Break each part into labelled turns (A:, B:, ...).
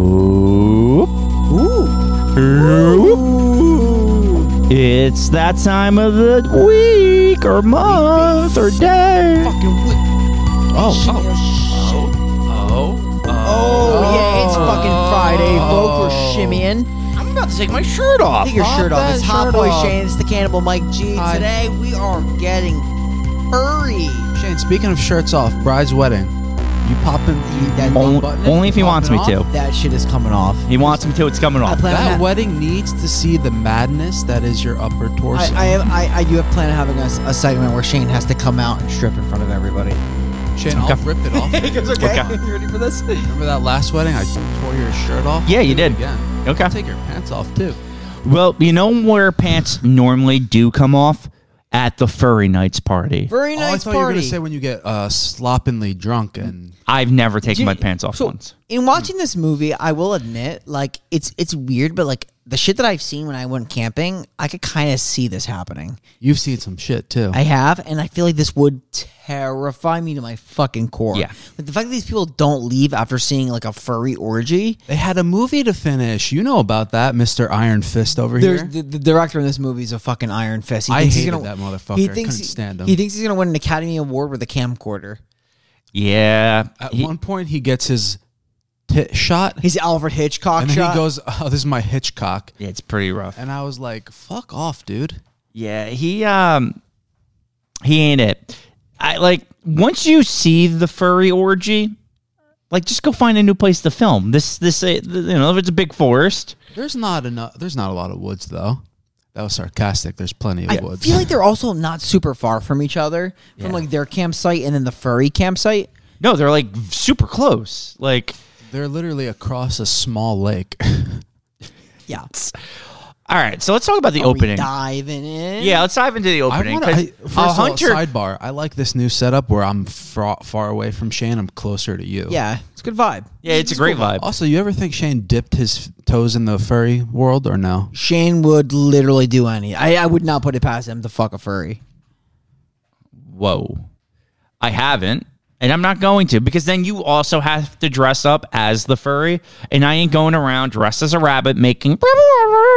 A: Oh. It's that time of the week or month or day.
B: Oh, oh,
C: Oh, yeah, it's fucking Friday, folks. We're shimmying.
B: I'm about to take my shirt off.
C: Take your shirt off.
D: that
C: It's Hot
D: shirt
C: Boy
D: off.
C: Shane. It's the Cannibal Mike G.
D: I-
C: Today we are getting furry.
D: Shane, speaking of shirts off, bride's wedding. You pop him, you that
A: Only,
D: button it,
A: only if he
D: pop
A: wants
D: it
A: me
D: off.
A: to.
C: That shit is coming off.
A: He wants me to. It's coming
C: I
A: off.
C: plan
D: That
C: on ha-
D: wedding needs to see the madness that is your upper torso.
C: I, I, have- I, I do have plan on having a, s- a segment where Shane has to come out and strip in front of everybody.
D: Shane, I'll
A: Okay.
D: rip it off.
A: okay. Okay.
C: you ready for this?
D: Remember that last wedding? I tore your shirt off.
A: Yeah, you
D: Do it
A: did.
D: Again.
A: Okay.
D: I'll take your pants off too.
A: Well, you know where pants normally do come off at the furry nights party.
C: Very
D: All I
C: nice
D: thought you were
C: party.
D: gonna say when you get uh, sloppily drunk and
A: I've never taken
C: Do you-
A: my pants off
C: so,
A: once.
C: In watching this movie, I will admit, like it's it's weird, but like the shit that I've seen when I went camping, I could kind of see this happening.
D: you've seen some shit too.
C: I have, and I feel like this would terrify me to my fucking core.
A: Yeah.
C: Like the fact that these people don't leave after seeing like a furry orgy.
D: they had a movie to finish. You know about that, Mister Iron Fist over
C: There's the,
D: here.
C: the director in this movie is a fucking iron fist. He
D: I
C: thinks he's
D: hated
C: gonna-
D: that motherfucker.
C: He
D: I
C: thinks
D: couldn't stand him.
C: He thinks he's gonna win an Academy Award with a camcorder.
A: Yeah.
D: At
A: He-
D: one point, he gets his tit shot,
C: He's Alfred Hitchcock.
D: and then
C: shot.
D: he goes, "Oh, this is my Hitchcock."
A: it's pretty rough.
D: And I was like, "Fuck off, dude."
A: Yeah, he um he ain't it. I like once you see the furry orgy, like just go find a new place to film. This this uh, you know, if it's a big forest,
D: There's not enough. There's not a lot of woods though. That was sarcastic. There's plenty of
C: I
D: woods.
C: feel like they're also not super far from each other, from like their campsite and then the furry campsite.
A: no, they're like super close. Like
D: they're literally across a small lake.
C: Yeah,
A: all right, so let's talk about the
C: Are we
A: opening.
C: diving in.
A: Yeah, let's dive into the
D: I
A: opening.
D: want
A: 'cause
D: to.
A: a
D: First
A: hunter
D: of all, sidebar. I like this new setup where I'm far, far away from Shane. I'm closer to you.
C: yeah, it's a good vibe.
A: Yeah, it's a great vibe.
D: Also, you ever think Shane dipped his toes in the furry world or no?
C: Shane would literally do any. I, I would not put it past him to fuck a furry.
A: Whoa. I haven't and I'm not going to because then you also have to dress up as the furry and I ain't going around dressed as a rabbit making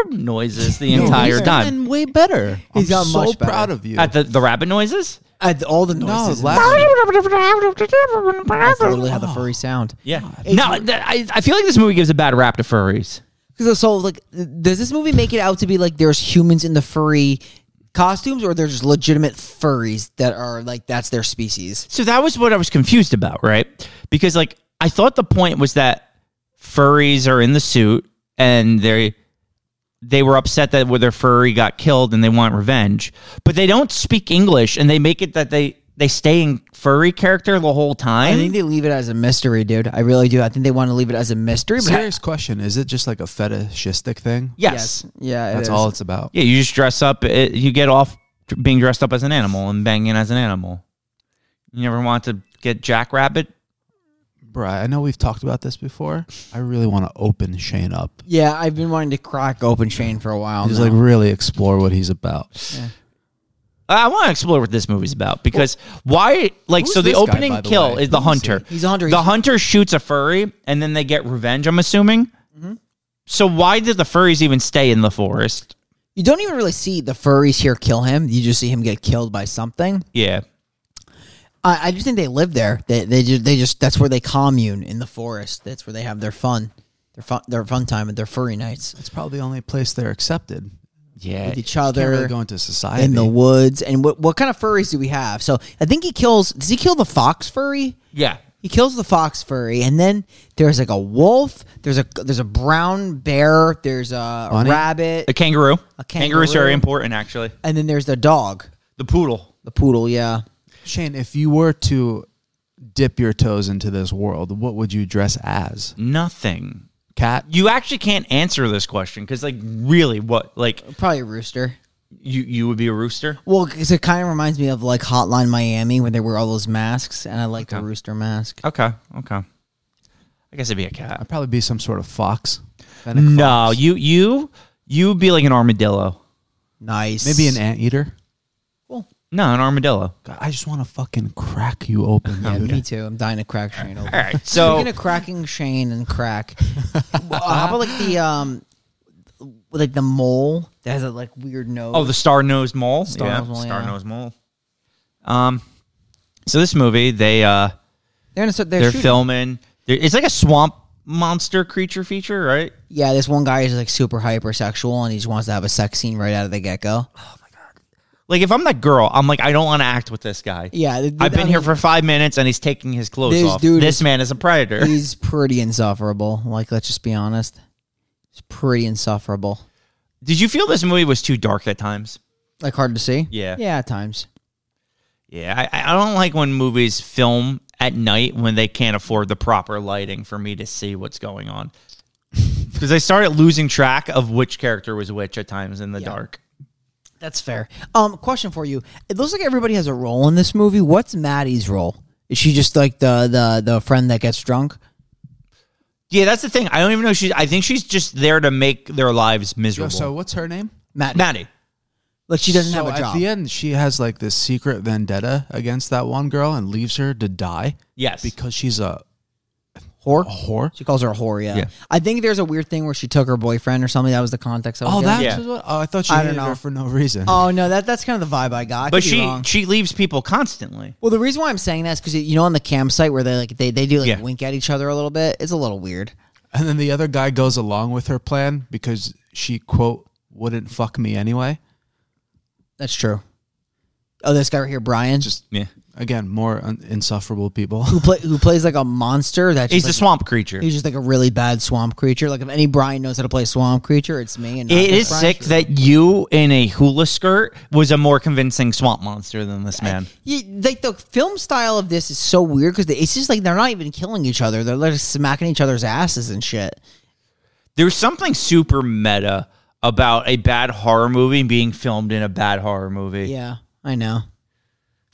A: noises the entire time.
D: And way better.
C: He's
D: I'm
C: gotten
D: so
C: much better.
D: proud of you.
A: At the, the rabbit noises?
C: At all the
D: no,
C: noises. in
D: last
C: this- that's literally how the furry sound.
A: Yeah. No, th- I, I feel like this movie gives a bad rap to furries.
C: Because so like, does this movie make it out to be like there's humans in the furry costumes, or there's just legitimate furries that are like that's their species?
A: So that was what I was confused about, right? Because, like, I thought the point was that furries are in the suit and they they were upset that where their furry got killed and they want revenge. But they don't speak English and they make it that they, they stay in furry character the whole
C: I
A: time.
C: think they leave it as a mystery, dude. I really do. I think they want to leave it as a mystery. But
D: serious question: Is it just like a fetishistic thing?
A: yes.
C: Yeah, it
D: That's
C: is.
D: all it's about.
A: Yeah, you just dress up. It, you get off tr- being dressed up as an animal and banging as an animal. You never want to get jackrabbit.
D: Bruh, I know we've talked about this before. I really want to open Shane up.
C: Yeah, I've been wanting to crack open Shane for a while.
D: Just
C: now.
D: like really explore what he's about.
A: I want to explore what this movie's about because why? Like,
D: who's
A: so the
D: this guy,
A: opening
D: by the
A: kill
D: way?
A: is the
D: Who is he?
A: hunter.
C: He's a hunter.
A: The
C: He's-
A: hunter shoots a furry, and then they get revenge. I'm assuming.
D: Mm-hmm.
A: So why did the furries even stay in the forest?
C: you don't even really see the furries here kill him. You just see him get killed by something.
A: Yeah,
C: I, I just think they live there. They they just, they just that's where they commune in the forest. That's where they have their fun, their fun their fun time and their furry nights
D: It's probably the only place they're accepted.
A: yeah.
C: with each
D: They're
C: other
D: really Eh, going to society.
C: in the woods. And what what kind of furries do we have? So I think he kills. Does he kill the fox furry?
A: Yeah,
C: He kills the fox furry, and then there's like a wolf. There's a there's a brown bear. There's a
D: Bunny?
C: rabbit,
A: a kangaroo. Kangaroos are
C: A kangaroo.
A: very important, actually.
C: and then there's the dog,
A: The poodle.
C: the poodle. Yeah.
D: Shane, if you were to dip your toes into this world, what would you dress as?
A: Nothing.
D: Cat?
A: You actually can't answer this question because, like, really, what like
C: Probably a rooster.
A: You you would be a rooster.
C: Well, 'cause it kind of reminds me of like Hotline Miami when they wear all those masks, and I like the rooster mask.
A: Okay, okay. I guess it'd be a cat.
D: I'd probably be some sort of fox. Fennec
A: No,
D: fox.
A: you you you would be like an armadillo.
C: Nice.
D: Maybe an anteater.
C: Cool.
A: No, an armadillo.
D: God, I just want to fucking crack you open,
C: Yeah,
D: dude.
C: me too. I'm dying to crack Shane open.
A: All right. So
C: Speaking of cracking Shane and crack, well, how about like the um, like the mole that has a like weird nose?
A: Oh, the Star Nosed Mole.
C: Star-nosed mole,
A: Star
C: yeah.
A: Nosed Mole. Um, so this movie, they uh,
C: they're gonna start. They're,
A: they're
C: shooting.
A: filming. they it's like a swamp monster creature feature, right?
C: Yeah, this one guy is like super hypersexual and he just wants to have a sex scene right out of the get go.
A: Like if I'm that girl, I'm like I don't want to act with this guy.
C: Yeah, th- th-
A: I've been
C: I
A: here
C: mean,
A: for five minutes and he's taking his clothes
C: This
A: off.
C: dude
A: this
C: is-
A: man is a predator.
C: He's pretty insufferable. Like, let's just be honest. He's pretty insufferable.
A: Did you feel this movie was too dark at times?
C: Like hard to see.
A: Yeah.
C: Yeah, at times.
A: Yeah, I, I don't like when movies film at night when they can't afford the proper lighting for me to see what's going on. Because I started losing track of which character was which at times in the dark.
C: That's fair. Um, question for you. It looks like everybody has a role in this movie. What's Maddie's role? Is she just like the the the friend that gets drunk?
A: Yeah, that's the thing. I don't even know. She's. I think she's just there to make their lives miserable.
D: so what's her name?
C: Maddie.
A: Maddie.
C: like she doesn't
D: so
C: have a job.
D: At the end, she has like this secret vendetta against that one girl and leaves her to die
A: Yes.
D: because she's a
C: whore.
D: whore.
C: She calls her a whore. Yeah.
A: Yeah.
C: I think there's a weird thing where she took her boyfriend or something. That was the context. I was
D: Oh,
C: getting.
D: that
A: Yeah.
D: was what? Oh, I thought she
C: I
D: I
C: don't
D: hated
C: know.
D: her for no reason.
C: Oh no, that that's kind of the vibe I got. I
A: but
C: could be
A: she
C: wrong.
A: she leaves people constantly.
C: Well, the reason why I'm saying that is because you know on the campsite where they like they, they do like
A: Yeah.
C: wink at each other a little bit. It's a little weird.
D: And then the other guy goes along with her plan because she quote wouldn't fuck me anyway.
C: That's true. Oh, this guy right here, Brian,
D: Just
A: Yeah.
D: again, more un- insufferable people.
C: who play who plays like a monster. That's
A: He's
C: just
A: a
C: like,
A: swamp creature.
C: He's just like a really bad swamp creature. Like if any Brian knows how to play swamp creature, it's me. And not
A: It
C: this
A: is
C: Brian.
A: sick that you in a hula skirt was a more convincing swamp monster than this man.
C: You- like the film style of this is so weird because it's just like they're not even killing each other. They're like smacking each other's asses and shit.
A: There's something super meta about a bad horror movie being filmed in a bad horror movie.
C: Yeah, I know.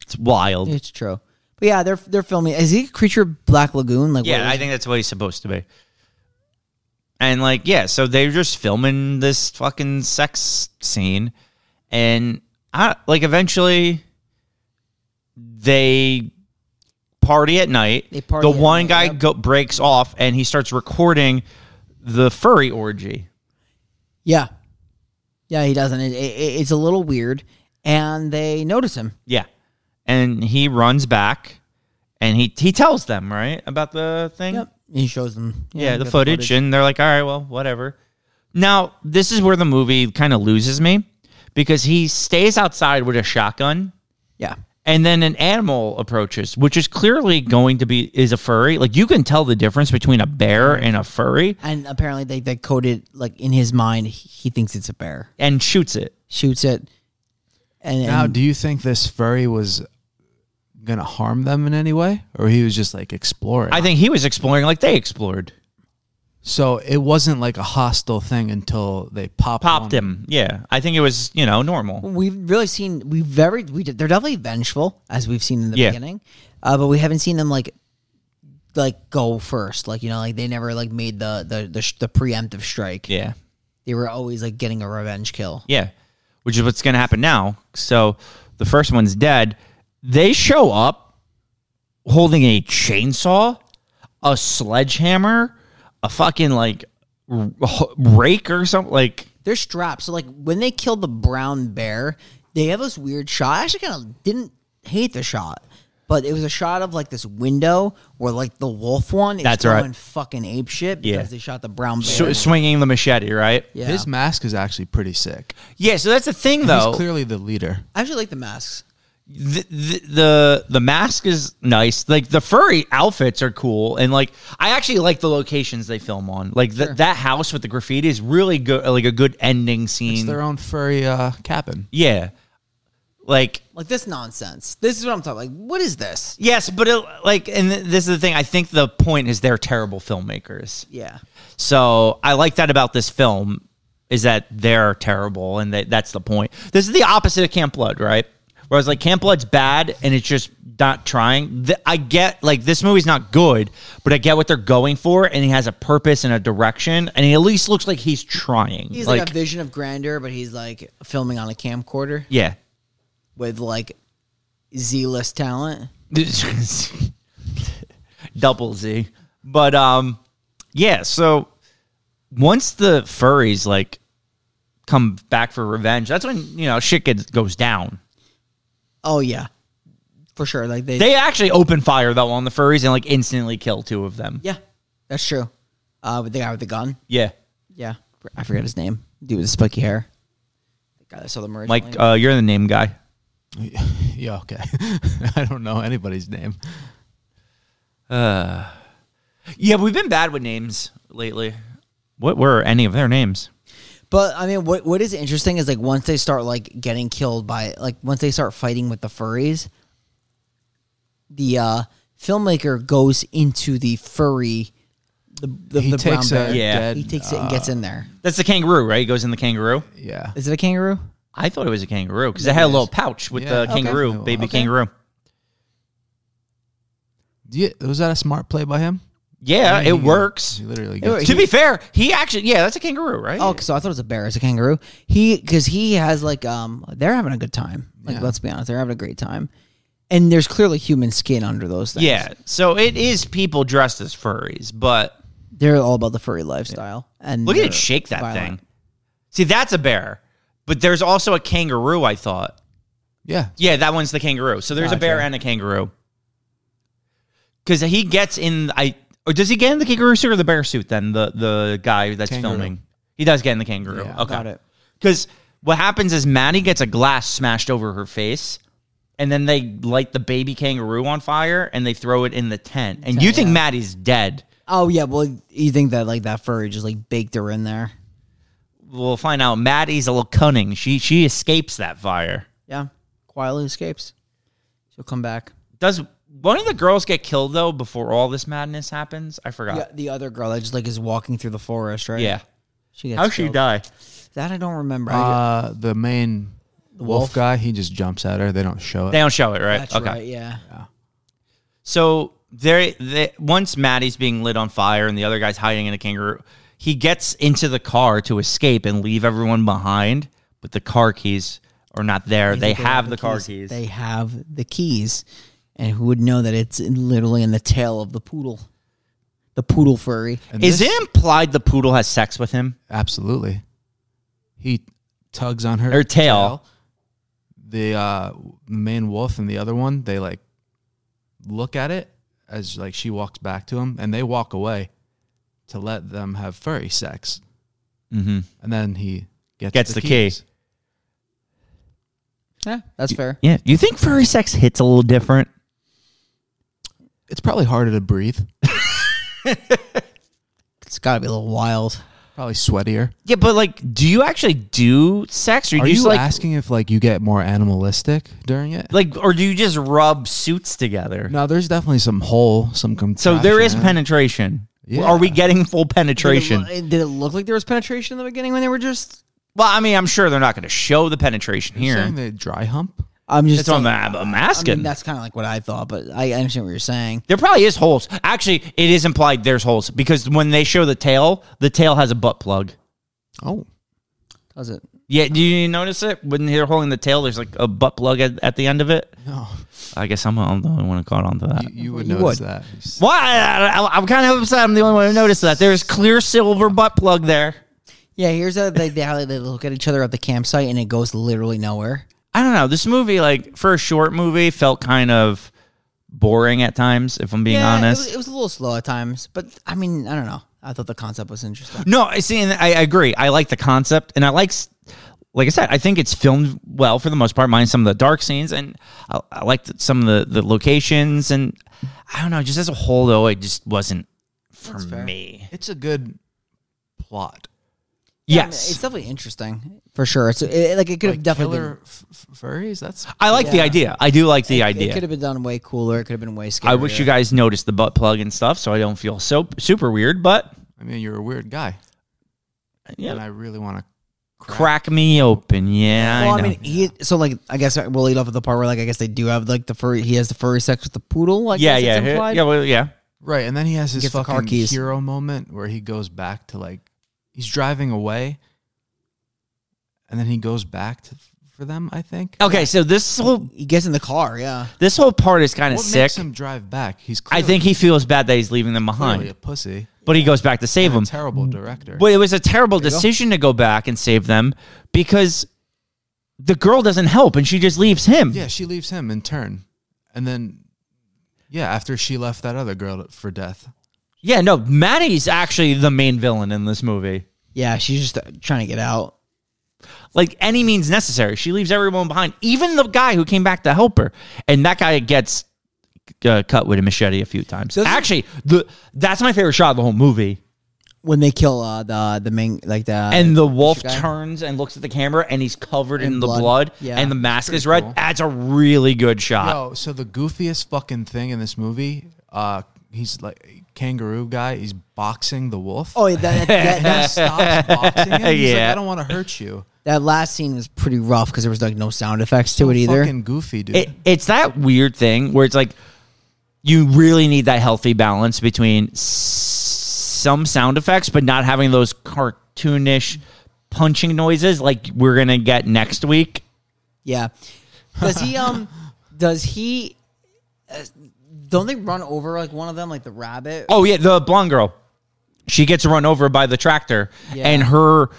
A: It's wild.
C: It's true. But yeah, they're they're filming. Is he a creature of Black Lagoon? Like what
A: Yeah,
C: is-
A: I think that's what he's supposed to be. And like, yeah, so they're just filming this fucking sex scene, and I like eventually they party at night.
C: They party
A: the
C: at
A: one
C: night,
A: guy
C: yep.
A: go, breaks off and he starts recording the furry orgy.
C: Yeah, yeah, he doesn't. It, it, it's a little weird, and they notice him.
A: Yeah, and he runs back, and he he tells them right about the thing.
C: Yep, he shows them.
A: yeah,
C: we
A: the
C: got
A: footage, and they're like, all right, well, whatever. Now, this is where the movie kind of loses me because he stays outside with a shotgun
C: Yeah,
A: and then an animal approaches, which is clearly going to be is a furry. Like you can tell the difference between a bear and a furry
C: and apparently they they coded like in his mind. He, he thinks it's a bear,
A: and shoots it.
C: shoots it, and,
D: Now,
C: and
D: do you think this furry was gonna harm them in any way, or he was just like exploring?
A: I think he was exploring like they explored.
D: so it wasn't like a hostile thing until they popped
A: Popped
D: one.
A: him. Yeah. I think it was, you know, normal.
C: we've really seen we very we did, they're definitely vengeful as we've seen in the
A: Yeah.
C: beginning, uh, but we haven't seen them like like go first. Like you know, like they never like made the the the, sh- the preemptive strike.
A: Yeah.
C: They were always like getting a revenge kill.
A: Yeah. Which is what's going to happen now. So the first one's dead. They show up holding a chainsaw, a sledgehammer, a fucking like r- rake or something. Like,
C: They're strapped. So like when they killed the brown bear, they have this weird shot. I actually kind of didn't hate the shot, but it was a shot of like this window where like the wolf one is
A: That's
C: going
A: right.
C: fucking ape shit because
A: Yeah.
C: they shot the brown bear.
A: sw- swinging the machete, right?
C: yeah.
D: His mask is actually pretty sick.
A: Yeah. So that's the thing,
D: He's
A: though.
D: clearly the leader.
C: I actually like the masks.
A: The, the the the mask is nice. Like the furry outfits are cool, and like I actually like the locations they film on. Like th- that house with the graffiti is really good. Like a good ending
D: It's
A: scene.
D: their own furry uh, cabin.
A: yeah. Like
C: Like this nonsense. This is what I'm talking. Like what is this?
A: Yes, but it, like, and th- this is the thing. I think the point is they're terrible filmmakers.
C: Yeah.
A: So I like that about this film is that they're terrible, and that that's the point. This is the opposite of Camp Blood, right? Whereas like Camp Blood's bad, and it's just not trying. Th- I get like this movie's not good, but I get what they're going for, and he has a purpose and a direction, and he at least looks like he's trying.
C: He's like, a vision of grandeur, but he's like filming on a camcorder
A: yeah,
C: with like Z list talent.
A: double Z. But um, yeah. So once the furries like come back for revenge, that's when you know shit gets goes down.
C: Oh yeah, for sure. Like they,
A: They actually open fire though on the furries and like instantly kill two of them.
C: yeah, that's true. Uh, with the guy with the gun.
A: Yeah.
C: Yeah, I forget his name. Dude with the spiky hair. The guy that saw the merge.
A: Mike, uh, you're the name guy.
D: Yeah, okay. I don't know anybody's name.
A: Yeah, we've been bad with names lately. What were any of their names?
C: But I mean, what what is interesting is like once they start like getting killed by like once they start fighting with the furries, the uh filmmaker goes into the furry, the the,
D: He
C: the
D: takes
C: brown
D: a
C: bear.
A: Yeah. Uh.
D: dead-
C: he takes it and gets in there.
A: That's the kangaroo, right? He goes in the kangaroo.
D: Yeah.
C: Is it a kangaroo?
A: I thought it was a kangaroo because it had a little pouch with
D: Yeah.
A: the
D: Okay.
A: kangaroo,
D: Okay.
A: baby kangaroo.
D: Do you- was that a smart play by him?
A: Yeah,
D: He-
A: it works.
D: He literally
C: wor-
D: gets
A: To be fair, he actually, yeah, that's a kangaroo, right?
C: Oh, so I thought it was a bear. It's a kangaroo. He because he has like um they're having a good time. Like
D: Yeah.
C: let's be honest, they're having a great time. And there's clearly human skin under those things.
A: yeah. So it is people dressed as furries, but
C: they're all about the furry lifestyle. And
A: look at
C: they're
A: it shake that thing.
C: violent.
A: See, that's a bear, but there's also a kangaroo. I thought.
D: Yeah.
A: Yeah, that one's the kangaroo. So there's a bear
D: Gotcha.
A: and a kangaroo. Because he gets in, I or does he get in the kangaroo suit or the bear suit? Then the the guy that's
D: Kangaroo.
A: filming, he does get in the kangaroo.
D: Yeah.
A: okay,
C: Got it.
A: Because what happens is Maddie gets a glass smashed over her face, and then they light the baby kangaroo on fire and they throw it in the tent. And you think Maddie's dead?
C: Oh yeah, well you think that like that furry just like baked her in there.
A: We'll find out. Maddie's a little cunning. She she escapes that fire.
C: Yeah. Quietly escapes. She'll come back.
A: Does one of the girls get killed though before all this madness happens? I forgot.
C: Yeah, Uh, the other girl that just like is walking through the forest, right?
A: yeah.
C: She gets
A: How'd she
C: killed.
A: die?
C: That I don't remember. I-
D: Uh, the main wolf,
C: wolf?
D: guy, he just jumps at her. They don't show it.
A: They don't show it, right?
C: that's
A: okay.
C: right, yeah.
A: So there, they, once Maddie's being lit on fire and the other guy's hiding in a kangaroo, he gets into the car to escape and leave everyone behind, but the car keys are not there. They, have, the, car keys.
C: They have the keys. And who would know that it's in- literally in the tail of the poodle? The poodle furry.
D: And
A: Is
D: this-
A: it implied the poodle has sex with him?
D: Absolutely. He tugs on her,
A: Her tail.
D: The uh, main wolf and the other one, they like look at it as like she walks back to him, and they walk away to let them have furry sex.
A: Mm-hmm.
D: And then he gets,
A: Gets the key.
D: keys.
C: Yeah, that's fair.
A: Yeah. You think furry sex hits a little different?
D: It's probably harder to breathe.
C: It's got to be a little wild.
D: Probably sweatier.
A: Yeah, but like, do you actually do sex, or
D: Are
A: you
D: you
A: just like,
D: asking if like you get more animalistic during it?
A: like, or do you just rub suits together?
D: No, there's definitely some hole, some
A: so
D: contraction.
A: there is penetration.
D: Yeah.
A: Are we getting full
C: Did
A: penetration?
C: it, lo- did it look like there was penetration in the beginning when they were just?
A: Well, I mean, I'm sure they're not going to show the penetration
D: You're
A: here.
D: saying they dry hump.
C: I'm just.
A: That's what I'm,
C: saying-
A: I'm
C: I
A: asking.
C: mean, that's kind of like what I thought, but I understand what you're saying.
A: there probably is holes. Actually, it is implied there's holes because when they show the tail, the tail has a butt plug.
D: Oh,
C: Does it?
A: Yeah, do you notice it when they're holding the tail? There's like a butt plug at, at the end of it.
D: no.
A: I guess I'm, I'm the only one who caught onto that.
D: You, you would
C: you
D: notice
C: would.
D: that.
A: Why? I, I, I'm kind of upset. I'm the only one who noticed that. There's clear silver butt plug there.
C: Yeah, here's how they, they, how they look at each other at the campsite, and it goes literally nowhere.
A: I don't know. This movie, like for a short movie, felt kind of boring at times. If I'm being
C: Yeah,
A: honest,
C: it was, it was a little slow at times, but I mean, I don't know. I thought the concept was interesting.
A: No, I see, and I, I agree. I like the concept, and I like, s- like I said, I think it's filmed well for the most part, minus some of the dark scenes, and I, I liked some of the, the locations, and I don't know, just as a whole though, it just wasn't for me.
D: It's a good plot.
C: I mean,
A: yes,
C: it's definitely interesting for sure. It's it, like it could have
D: Like
C: definitely
D: killer
C: been,
D: f- f- furries. That's
A: I like the
C: yeah.
A: idea. I do like the
C: It could
A: idea.
C: have been done way cooler. It could have been way scarier.
A: I wish you guys noticed the butt plug and stuff, so I don't feel so super weird. But
D: I mean, you're a weird guy, and
A: yeah,
D: I really want to
A: crack me open. Yeah,
C: Well,
A: I,
C: I,
A: know.
C: mean, he. So like, I guess we'll lead off with the part where like I guess they do have like the furry. He has the furry sex with the poodle. I
A: yeah,
C: guess
A: yeah,
C: it's
A: yeah,
C: implied.
A: yeah, well, yeah.
D: Right, and then he has his
C: gets the car
D: fucking
C: keys.
D: hero moment where he goes back to like he's driving away, and then he goes back to for them. I think.
A: Okay, so this whole
C: He gets in the car, yeah.
A: this whole part is kind of
D: what
A: sick.
D: makes him drive back? He's
A: I
D: clearly,
A: think he feels bad that he's leaving them behind,
D: clearly a pussy.
A: but he goes back to save
D: A
A: them.
D: terrible director.
A: But it was a terrible decision to go back and save them because the girl doesn't help and she just leaves him.
D: Yeah, she leaves him in turn, and then yeah, after she left that other girl for death.
A: Yeah, no, Maddie's actually the main villain in this movie.
C: Yeah, she's just uh, trying to get out.
A: Like any means necessary. She leaves everyone behind, even the guy who came back to help her. And that guy gets uh, cut with a machete a few times.
C: Doesn't-
A: actually, the that's my favorite shot of the whole movie.
C: When they kill uh, the the main like the
A: and the wolf
C: guy?
A: turns and looks at the camera and he's covered in,
C: In
A: the blood,
C: blood. Yeah.
A: and the mask is red.
D: cool.
A: That's a really good shot.
D: Yo, so the goofiest fucking thing in this movie, uh, he's like kangaroo guy. He's boxing the wolf.
C: oh yeah, that, that,
D: He
C: that,
D: stops boxing him. He's
A: Yeah.
D: like, I don't want to hurt you.
C: that last scene was pretty rough because there was like no sound effects to it either.
D: Fucking goofy dude.
A: It, it's that weird thing where it's like you really need that healthy balance between s- some sound effects, but not having those cartoonish punching noises like we're gonna get next week.
C: Yeah. Does he um? does he? uh, don't they run over like one of them, like the rabbit?
A: Oh yeah, the blonde girl. She gets run over by the tractor,
C: Yeah.
A: and her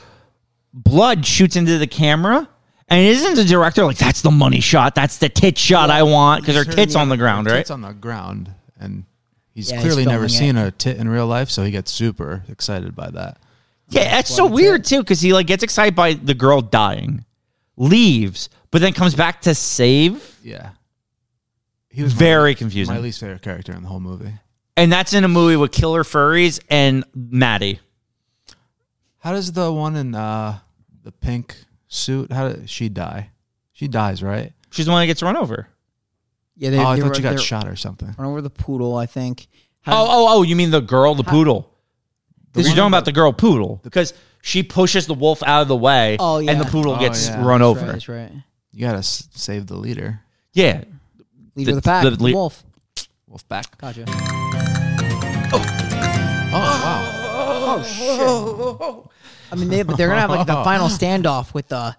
A: blood shoots into the camera. And isn't the director like, "That's the money shot. That's the tit shot I want," because her tits on the ground,
D: Her
A: right?
D: Tits on the ground, and he's
C: Yeah, he's
D: clearly never
C: filming
D: seen a tit in real life, so he gets super excited by that.
A: Yeah, that's so weird too, because he like gets excited by the girl dying, leaves, but then comes back to save.
D: Yeah, he was my-
A: Very confusing.
D: My least favorite character in the whole movie.
A: And that's in a movie with killer furries and Maddie.
D: How does the one in uh, the pink suit? How does she die? She dies, right?
A: She's the one that gets run over.
C: yeah. They,
D: oh, I
C: they
D: thought
C: run-
D: she got
C: they
D: shot or something.
C: Run over the poodle, I think.
A: Oh, oh, oh! You mean the girl, the poodle?
D: The
A: You're
D: one
A: talking
D: in
A: about the girl poodle because she pushes the wolf out of the way,
C: Oh, yeah.
A: and the poodle
D: Oh,
A: gets
D: yeah.
A: run
C: That's
A: over.
C: right, that's right.
D: You gotta s- save the leader.
A: Yeah,
C: Leader
A: The-
C: of the pack,
A: the
C: the,
A: le-
C: wolf.
D: Wolf back.
C: Gotcha.
D: Oh wow!
C: Oh shit! I mean, they, but they're gonna have like the final standoff with the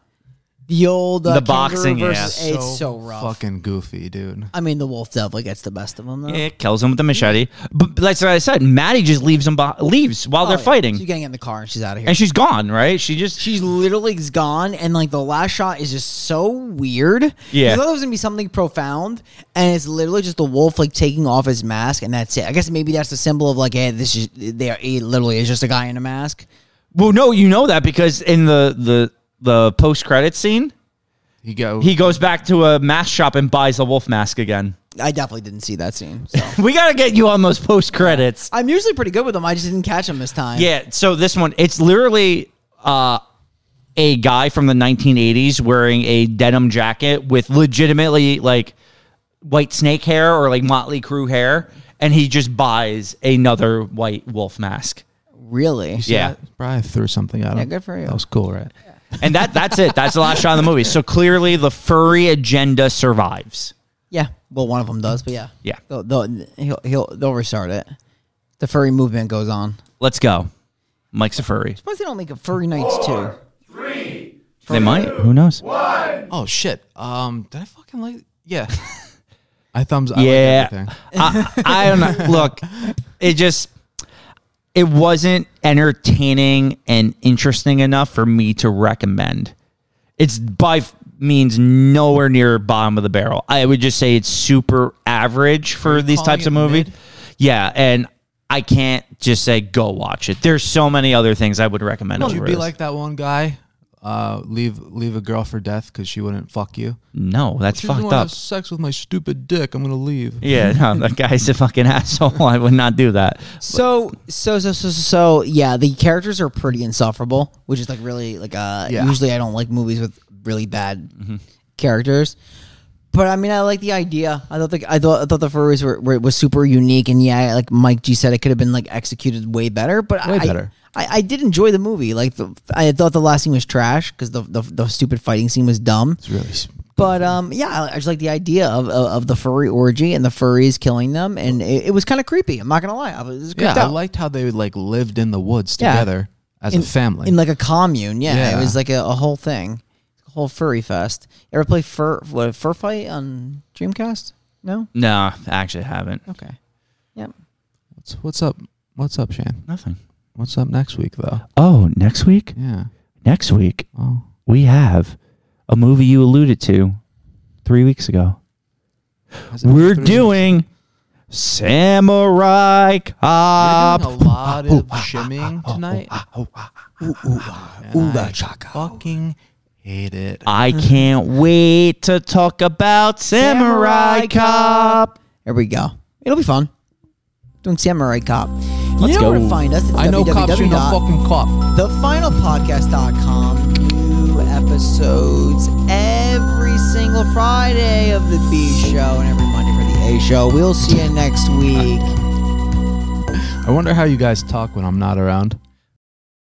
C: the old uh,
A: The
C: kangaroo
A: boxing, yeah.
C: versus, It's so rough.
D: Oh, Fucking goofy, dude.
C: I mean, the wolf definitely gets the best of them though.
A: yeah, it kills him with the machete. But like I said, Maddie just leaves him beh leaves while
C: Oh,
A: they're
C: yeah.
A: fighting,
C: She's getting in the car and she's out of here.
A: and she's gone. Right? She just
C: She's literally is gone, and like the last shot is just so weird.
A: Yeah.
C: I thought it was gonna be something profound, and it's literally just the wolf like taking off his mask, and that's it. I guess maybe that's the symbol of like, hey, this is they are it literally is just a guy in a mask.
A: Well, no, you know that because in the the the post credit scene,
D: He go.
A: he goes back to a mask shop and buys the wolf mask again.
C: I definitely didn't see that scene. So.
A: We gotta get you on those post credits.
C: I'm usually pretty good with them. I just didn't catch them this time.
A: Yeah, so this one, it's literally uh, a guy from the 1980s wearing a denim jacket with legitimately like white snake hair or like Motley Crue hair, and he just buys another white wolf mask.
C: really.
D: See
A: yeah.
D: that? Brian threw something at him.
C: Yeah, good for you.
D: That was cool, right?
A: And that that's it. That's the last shot of the movie. So clearly, the furry agenda survives.
C: Yeah, well, one of them does, but yeah,
A: Yeah.
C: they'll, they'll he'll, he'll they'll restart it. The furry movement goes on.
A: Let's go. Mike's a furry.
C: Suppose they don't make a furry nights too.
A: They might. Who knows?
D: Oh shit. Um, did I fucking like? Yeah. I thumbs. I
A: yeah.
D: Like
A: I,
D: everything.
A: I don't know. Look, it just it wasn't entertaining and interesting enough for me to recommend. It's by f- means nowhere near bottom of the barrel. I would just say it's super average for these
D: calling
A: types of
D: it
A: movies.
D: mid?
A: Yeah, and I can't just say go watch it. There's so many other things I would recommend.
D: Would
A: over
D: you be
A: this.
D: like that one guy? Uh, leave leave a girl for death because she wouldn't fuck you.
A: no, that's
D: She doesn't
A: fucked
D: wanna
A: up.
D: Have sex with my stupid dick. I'm gonna leave.
A: Yeah, no, that guy's a fucking asshole. I would not do that.
C: So so so so so yeah, the characters are pretty insufferable, which is like really like uh
D: Yeah. Mm-hmm.
C: usually I don't like movies with really bad characters. But I mean, I like the idea. I thought the I thought I thought the furries were, were was super unique, and yeah, like Mike G said, it could have been like executed way better. But
D: Way
C: I,
D: better.
C: I, I did enjoy the movie. Like the, I thought the last scene was trash because the, the the stupid fighting scene was dumb.
D: It's really. s-
C: But um, yeah, I just like the idea of, of of the furry orgy and the furries killing them, and it, it was kind of creepy. I'm not gonna lie, I was, it was
D: Yeah,
C: creeped
D: I
C: out.
D: liked how they like lived in the woods
C: Yeah.
D: together as a family.
C: in like a commune. Yeah,
D: Yeah.
C: it was like a, a whole thing. whole furry fest. You ever play fur what, fur fight on Dreamcast? No.
A: No, actually, I haven't.
C: Okay. Yep.
D: What's what's up? What's up, Shan?
A: Nothing.
D: What's up next week though?
A: Oh, next week?
D: Yeah.
A: Next week,
D: Oh.
A: we have a movie you alluded to three weeks ago.
D: Has it been
A: We're
D: three
A: doing Samurai
D: weeks? We're doing
A: Cop. Oh,
D: a lot of shimmying tonight. oh, Ooh, I fucking hate it.
A: I can't wait to talk about Samurai,
C: Samurai
A: Cop.
C: There we go. It'll be fun. Doing Samurai Cop.
A: Let's
C: you know where
A: go.
C: to find us. It's
D: I know cops, you know
C: www.
D: fucking cop.
C: thefinalpodcast.com. New episodes every single Friday of the B show and every Monday for the A show. We'll see you next week.
D: I wonder how you guys talk when I'm not around.